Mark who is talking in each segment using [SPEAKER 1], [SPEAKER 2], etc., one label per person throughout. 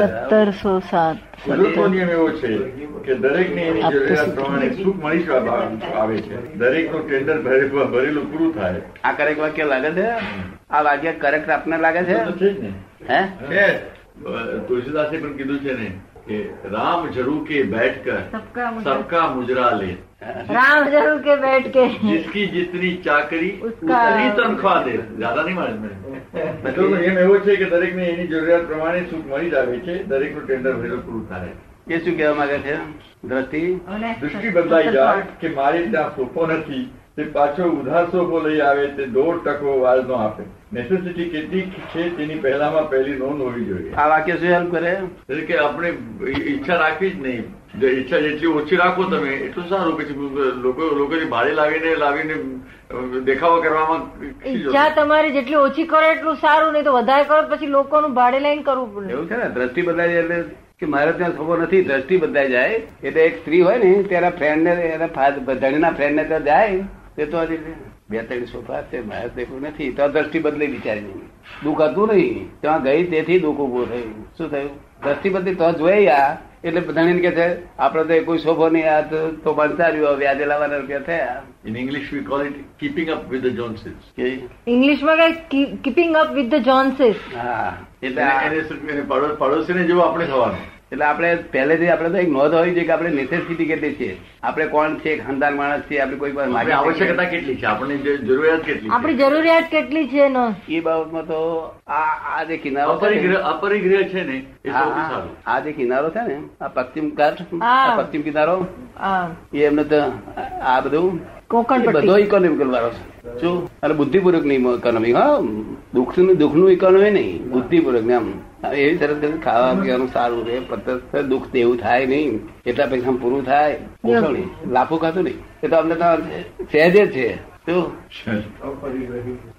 [SPEAKER 1] સત્તરસો સાત
[SPEAKER 2] બુઝુર્ગો નિયમ એવો છે કે દરેકને એની જરૂરિયાત પ્રમાણે સુખ મળી શકે આવ- આવે છે દરેકનું ટેન્ડર ભરે- ભરેલું પૂરું થાય
[SPEAKER 3] આ કરેક વાક્ય લાગે છે આ વાક્ય કરેક્ટ આપને લાગે છે
[SPEAKER 2] તો છે જ ને
[SPEAKER 3] હે
[SPEAKER 2] છે જ. અ, તુલસીદાસે પણ કીધું છે ને કે રામ જરૂર કે બેઠ કર
[SPEAKER 4] सबका मुझे
[SPEAKER 2] સબકા મુજરા લે
[SPEAKER 1] રામ જરૂર કે બેઠ કે
[SPEAKER 2] जिसकी जितनी चाकरी
[SPEAKER 1] उसका-
[SPEAKER 2] उतनी तनख्वाह दे ज्यादा नहीं मालूम है मतलब એમ એવો છે કે દરેકને એની જરૂરિયાત પ્રમાણે સુખ મળી જ આવે છે દરેકનું ટેન્ડર ભરેલું પૂરું થાય
[SPEAKER 3] એ શું કહેવા માંગે છે દ્રષ્ટિ
[SPEAKER 4] उन्हें
[SPEAKER 2] દૃષ્ટિ બદલાઈ જાય કે મારે ત્યાં સોફો નથી તે પાછો ઉધાર સોફો લઈ આવે તે દોઢ ટકો વાજનો આપે નેસેસિટી કેટલી છે તેની પહેલામાં પહેલી નોંધ હોવી જોઈએ
[SPEAKER 3] આ વાક્ય શું હેલ્પ કરે
[SPEAKER 2] એટલે કે આપણે ઈચ્છા રાખવી જ નહીં જે ઈચ્છા જેટલી ઓછી રાખો તમે એટલું સારું પછી લોકો લોકોની ભાડે લાવીને લાવીને અ, દેખાવો કરવામાં ખીજો.
[SPEAKER 1] ઈચ્છા તમારી જેટલી ઓછી કરો એટલું સારું નહીં તો વધારે કરો તો પછી લોકોનું ભાડે લઈને કરવું પડે
[SPEAKER 3] એવું છે ને દ્રષ્ટિ બદલાઈ જાય એટલે કે મારે ત્યાં ખબર નથી દ્રષ્ટિ બદલાઈ જાય એટલે એક સ્ત્રી હોય ને તેના ફ્રેન્ડ ને એના ફા- ધણીના ફ્રેન્ડ ને ત્યાં જાય તે તો હજી બે ત્રણ સોફા છે મારે દેખું નથી તો આ દ્રષ્ટિ બદલી બિચારીની દુઃખ હતું નહીં ત્યાં ગઈ તેથી દુઃખ ઉભું થયું શું થયું દ્રષ્ટિ બદલી તો જોઈ આ એટલે ધણીને કે છે આપડે તો એ કોઈ શોભો નહીં આ તો- તો બંધાર્યું વ્યાજે લાવવાના રૂપિયા થયા
[SPEAKER 2] In English, we call it keeping up with the Joneses.
[SPEAKER 3] કે
[SPEAKER 1] ઇંગ્લિશમાં કઈ keeping up with the Joneses
[SPEAKER 3] હા એટલે
[SPEAKER 2] એને-
[SPEAKER 3] આ-
[SPEAKER 2] એને શું- એને પાડો- પડોશીને જેવું આપણે થવાનું
[SPEAKER 3] એટલે આપણે પહેલેથી આપણે તો એક નોંધ હોવી જોઈએ કે આપણે નેસેસિટી કેટલી છે આપણે કોણ છે ખાનદાર માણસ છે આપણે કોઈ પણ
[SPEAKER 2] આપણી
[SPEAKER 3] માગી
[SPEAKER 2] આવશ્યકતા
[SPEAKER 3] શકીએ.
[SPEAKER 2] કેટલી છે આપણને જે જરૂરિયાત કેટલી
[SPEAKER 1] આપણી જરૂરિયાત કેટલી છે નો
[SPEAKER 3] એ બાબતમાં તો આ આ જે કિનારો છે ને,
[SPEAKER 2] અપરિગ્રહ અપરિગ્રહ છે ને એ
[SPEAKER 3] હા,
[SPEAKER 2] સૌથી
[SPEAKER 3] હા.
[SPEAKER 2] સારું
[SPEAKER 3] આ જે કિનારો છે ને આ પશ્ચિમ ઘાટ
[SPEAKER 1] હા.
[SPEAKER 3] આ પશ્ચિમ કિનારો
[SPEAKER 1] આ
[SPEAKER 3] એ એમને તો આ બધું
[SPEAKER 1] કોકણ
[SPEAKER 3] એ બધો ઇકોનોમિકલ વાળો છે શું અને બુદ્ધિપૂર્વક નહીં ઇકોનોમિક હા દુઃખનું દુઃખનું ઇકોનોમી નહીં બુદ્ધિપૂર્વક ને આમ એવી તરત ખાવા પીવાનું સારું રહે પતત દુઃખ દેવું થાય નહીં એટલા પૈસા પૂરું થાય પોષણ લાફો ખાતું નહીં એ તો અમને તો સહેજ જ છે શું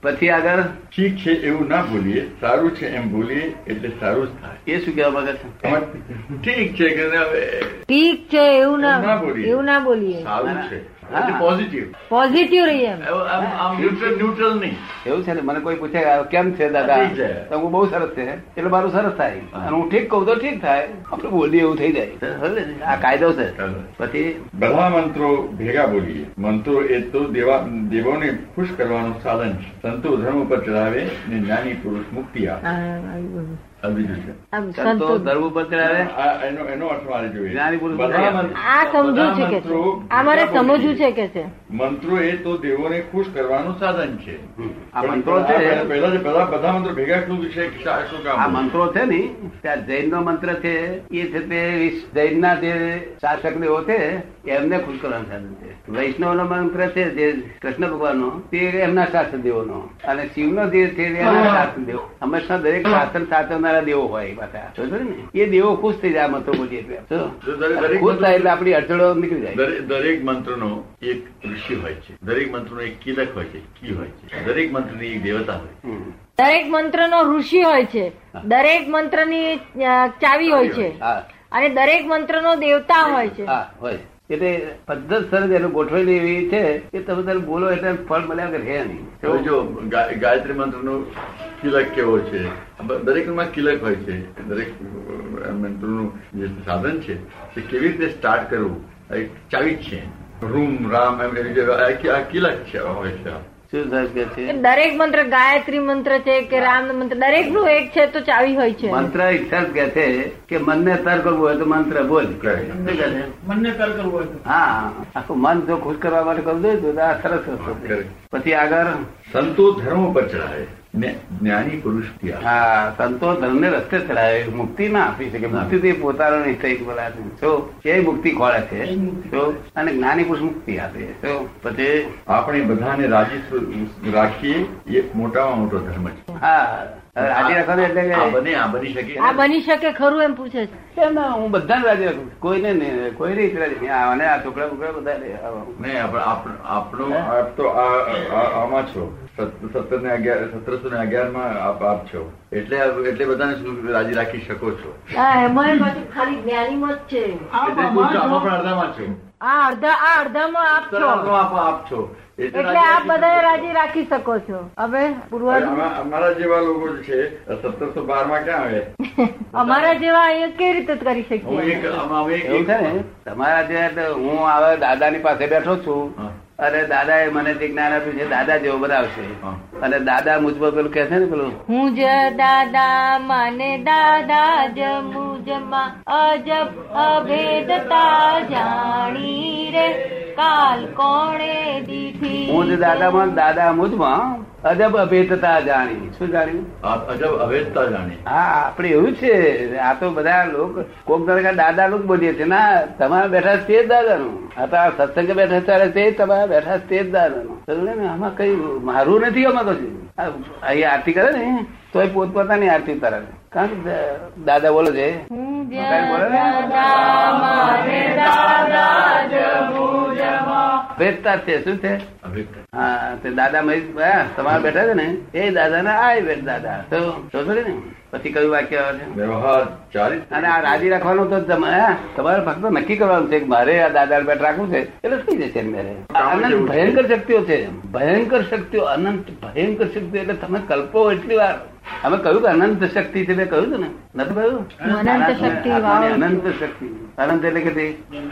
[SPEAKER 3] પછી આગળ
[SPEAKER 2] ઠીક છે એવું ના ભૂલીએ સારું છે એમ ભૂલીએ એટલે સારું જ થાય
[SPEAKER 3] એ શું કહેવા માંગે છે
[SPEAKER 2] એમાં ઠીક છે કે ના, એ
[SPEAKER 1] ઠીક છે એવું
[SPEAKER 2] એવું
[SPEAKER 1] ના
[SPEAKER 2] ના બોલીએ.
[SPEAKER 1] એવું ના બોલીએ
[SPEAKER 2] સારું છે
[SPEAKER 3] હા.
[SPEAKER 2] પોઝિટિવ
[SPEAKER 1] પોઝિટિવ રહીએ એમ
[SPEAKER 2] આમ ન્યુટ્રલ ન્યુટ્રલ નહીં
[SPEAKER 3] એવું છે ને મને કોઈ પૂછે "આ કેમ છે દાદા
[SPEAKER 2] ઠીક છે.
[SPEAKER 3] તો હું બહુ સરસ છે એટલે મારું સરસ થાય
[SPEAKER 2] હા.
[SPEAKER 3] અને હું ઠીક કહું તો ઠીક થાય આપણે બોલીએ એવું થઈ જાય હવે આ કાયદો છે
[SPEAKER 2] ચાલો.
[SPEAKER 3] પછી
[SPEAKER 2] બધા મંત્રો ભેગા બોલીએ મંત્રો એ તો દેવા દેવોને ખુશ કરવાનું સાધન છે સંતો ધર્મ પર ચડાવે ને જ્ઞાની પુરુષ મુક્તિ આપે
[SPEAKER 1] આ- આવી બધું.
[SPEAKER 2] આ બીજું છે
[SPEAKER 1] આમ
[SPEAKER 3] સંતો
[SPEAKER 1] સંતો
[SPEAKER 3] ધર્મ ઉપર ચડાવે
[SPEAKER 2] આ- એનો એનો અર્થ મારે જોઈએ
[SPEAKER 3] જ્ઞાની પુરુષ
[SPEAKER 2] બધા
[SPEAKER 3] મુક્તિ
[SPEAKER 2] મંત્ર-
[SPEAKER 1] આ સમજુ
[SPEAKER 2] બધા
[SPEAKER 1] છે કે છે.
[SPEAKER 2] મંત્રો
[SPEAKER 1] આ મારે
[SPEAKER 2] ભેગા બોલીએ.
[SPEAKER 1] સમજવું છે કે છે
[SPEAKER 2] મંત્રો એ તો દેવોને ખુશ કરવાનું સાધન છે
[SPEAKER 3] આ મંત્રો છે
[SPEAKER 2] પહેલા પહેલા બધા મંત્રો ભેગા શું વિશે શું
[SPEAKER 3] આ
[SPEAKER 2] કામ
[SPEAKER 3] મંત્રો છે ને ત્યાં જૈન નો મંત્ર છે એ છે તે જૈન ના જે શાસક દેવો છે એમને ખુશ કરવાનું સાધન છે વૈષ્ણવ નો મંત્ર છે જે કૃષ્ણ ભગવાન નો તે એમના શાસક દેવો નો અને શિવ નો જે છે એ એમના શાસન દેવો હંમેશા દરેક શાસન સાચવનારા દેવો હોય એ પાછા સમજો ને એ દેવો ખુશ થઈ જાય આ મંત્રો બોલીએ એટલે શું?
[SPEAKER 2] જો દરેક-
[SPEAKER 3] ખુશ થાય એટલે આપણી અડચણો નીકળી જાય
[SPEAKER 2] દરેક દરેક મંત્રનો એક ઋષિ હોય છે દરેક મંત્રનો એક કિલક હોય છે કી હોય છે દરેક મંત્રની એક દેવતા હોય છે
[SPEAKER 3] હમ.
[SPEAKER 1] દરેક મંત્રનો ઋષિ હોય છે દરેક મંત્રની અ, ચાવી હોય છે
[SPEAKER 3] હા
[SPEAKER 1] અને દરેક મંત્રનો દેવતા હોય છે
[SPEAKER 3] હા હોય એટલે પદ્ધત સરસ એનું ગોઠવેલી એવી છે કે તમે તારે બોલો એટલે ફળ મળ્યા વગર રહે નહીં
[SPEAKER 2] હવે જો ગા- ગાયત્રી મંત્રનો કિલક કેવો છે દરેકમાં કિલક હોય છે દરેક અ, મંત્રનું જે સાધન છે તે કેવી રીતે સ્ટાર્ટ કરવું આ એક ચાવી જ છે રૂમ રામ એમ એવી જે આ કી- આ કિલક છે હોય છે આ.
[SPEAKER 3] શું સાહેબ કહે છે
[SPEAKER 1] દરેક મંત્ર ગાયત્રી મંત્ર છે કે રામ મંત્ર દરેકનું એક છે તો ચાવી હોય છે
[SPEAKER 3] મંત્ર એક સરસ કહે છે કે મનને તર કરવું હોય તો મંત્ર બોલ શું કહે
[SPEAKER 2] Correct.
[SPEAKER 3] છે?
[SPEAKER 5] મનને કર કરવું હોય તો
[SPEAKER 3] હા આખું મન જો ખુશ કરવા માટે કરવું જોઈએ તો આ સરસ રસ્તો છે.
[SPEAKER 2] Correct.
[SPEAKER 3] પછી આગળ
[SPEAKER 2] સંતો ધર્મ પર ચડાવે ને જ્ઞાની પુરુષ ત્યાં
[SPEAKER 3] હા સંતો ધર્મને રસ્તે ચડાવે મુક્તિ ના આપી શકે મુક્તિ તો એ પોતાનો નિશ્ચય બોલાવે તો એ મુક્તિ ખોળે છે તો અને જ્ઞાની પુરુષ મુક્તિ આપે તો પછી
[SPEAKER 2] આપણે બધાને રાજી રાખીએ એ મોટામાં મોટો ધર્મ છે
[SPEAKER 3] હા હવે રાજી રાખવાનું એટલે
[SPEAKER 2] આ
[SPEAKER 3] કે
[SPEAKER 2] બને આ બની શકે
[SPEAKER 1] આ બની શકે ખરું એમ પૂછે છે
[SPEAKER 3] કેમ ના, હું બધાને રાજી રાખું છું. કોઈને નહીં, કોઈ રીતે રાજી નહીં. આ અને આ છોકરા બોકરા બધા રે, આવા.
[SPEAKER 2] નહીં આપ- આપ- આપણો આપ તો આ આ- આમાં છો સત્તર ને અગિયાર સત્તરસો ને અગિયાર માં આપ આપ છો એટલે એટલે બધાને શું રાજી રાખી શકો છો
[SPEAKER 1] હા, એમાંય પાછું ખાલી જ્ઞાનીમાં જ છે
[SPEAKER 5] આ
[SPEAKER 2] એટલે
[SPEAKER 5] બાબા
[SPEAKER 2] હું છું,
[SPEAKER 5] જો
[SPEAKER 2] આમાં પણ અડધામાં છું
[SPEAKER 1] આ અડધા આ અડધામાં આપ
[SPEAKER 2] તણાવનો
[SPEAKER 1] છો
[SPEAKER 2] આપ આપ છો
[SPEAKER 1] એટલે આપ બધા રાજી રાખી શકો છો હવે પૂર્વજ
[SPEAKER 2] અમા- અમારા જેવા લોકો જે છે સત્તરસો બાર માં ક્યાં આવે
[SPEAKER 1] અમારા જેવા અહીંયા કેવી રીતે કરી
[SPEAKER 2] હું એક
[SPEAKER 1] શકીએ
[SPEAKER 2] આમાં અમે
[SPEAKER 3] એવું છે ને
[SPEAKER 2] એક
[SPEAKER 3] તમારા જે હું હવે દાદાની પાસે બેઠો છું
[SPEAKER 2] હા.
[SPEAKER 3] અને દાદાએ મને જે જ્ઞાન આપ્યું છે દાદા જેવો બનાવશે
[SPEAKER 2] હા.
[SPEAKER 3] અને દાદા મુજબ પેલું કે છે ને પેલું
[SPEAKER 1] હું જ દાદા માને દાદા જ મુજમાં અજબ અભેદતા જાણી રે કાલ કોણે દીધી
[SPEAKER 3] હું જ દાદામાં દાદા મુજમાં અજબ અભેદતા જાણી શું જાણ્યું
[SPEAKER 2] આ અજબ અવેજતા જાણી
[SPEAKER 3] હા આપણે એવું છે આ તો બધા લોકો કોક દરકા દાદા લોકો બોલીએ છે ના તમારા બેઠા છે તે જ દાદાનું આ તો આ સત્સંગ બેઠા ત્યારે તે જ તમારા બેઠા છે તે જ દાદાનું સમજ્યો ને આમાં કઈ મારું નથી આમાં કશું આ અહીં આરતી કરે ને તો એ પોતપોતાની આરતી કરે કારણ કે દાદા બોલો છે
[SPEAKER 1] હું જ
[SPEAKER 3] કઈ બોલે ને?
[SPEAKER 1] દાદા માને દાદા જ મુજમાં
[SPEAKER 3] ભેદતા જ છે શું છે
[SPEAKER 2] અવેજતા
[SPEAKER 3] હા તે દાદા મહેશ હા, તમારા બેઠા છે ને એ દાદા ને આ બેઠ દાદા તો સમજો ને પછી કયું વાક્ય આવે છે
[SPEAKER 2] વ્યવહાર ચારિત્ર
[SPEAKER 3] અને આ રાજી રાખવાનું તો તમે હા, તમારે ફક્ત નક્કી કરવાનું છે કે મારે આ દાદા બેટ રાખવું છે એટલે થઈ જશે એમ મારે
[SPEAKER 2] કામ જ
[SPEAKER 3] અનંત
[SPEAKER 2] એવું છે.
[SPEAKER 3] ભયંકર શક્તિઓ છે ભયંકર શક્તિઓ અનંત ભયંકર શક્તિઓ એટલે તમે કલ્પો એટલી વાર અમે કહ્યું કે અનંત શક્તિ છે મેં કહ્યું હતું ને નથી કહ્યું
[SPEAKER 1] અનંત શક્તિ, વાવ.
[SPEAKER 3] આત્માની અનંત શક્તિ અનંત એટલે કે તે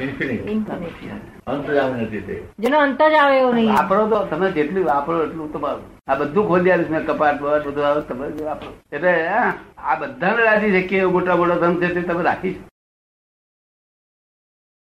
[SPEAKER 2] Infinite. અંત જ આવે નથી તે
[SPEAKER 1] જેનો અંત જ આવે એવો નહીં
[SPEAKER 3] વાપરો તો તમે જેટલી વાપરો એટલું તમારું આ બધું ખોલી આવીશ મેં કપાટ બપાટ બધું આવે તમે જ વાપરો એટલે હા, આ બધાને રાજી છે કે મોટા મોટા ધન છે તે તમે રાખી શકો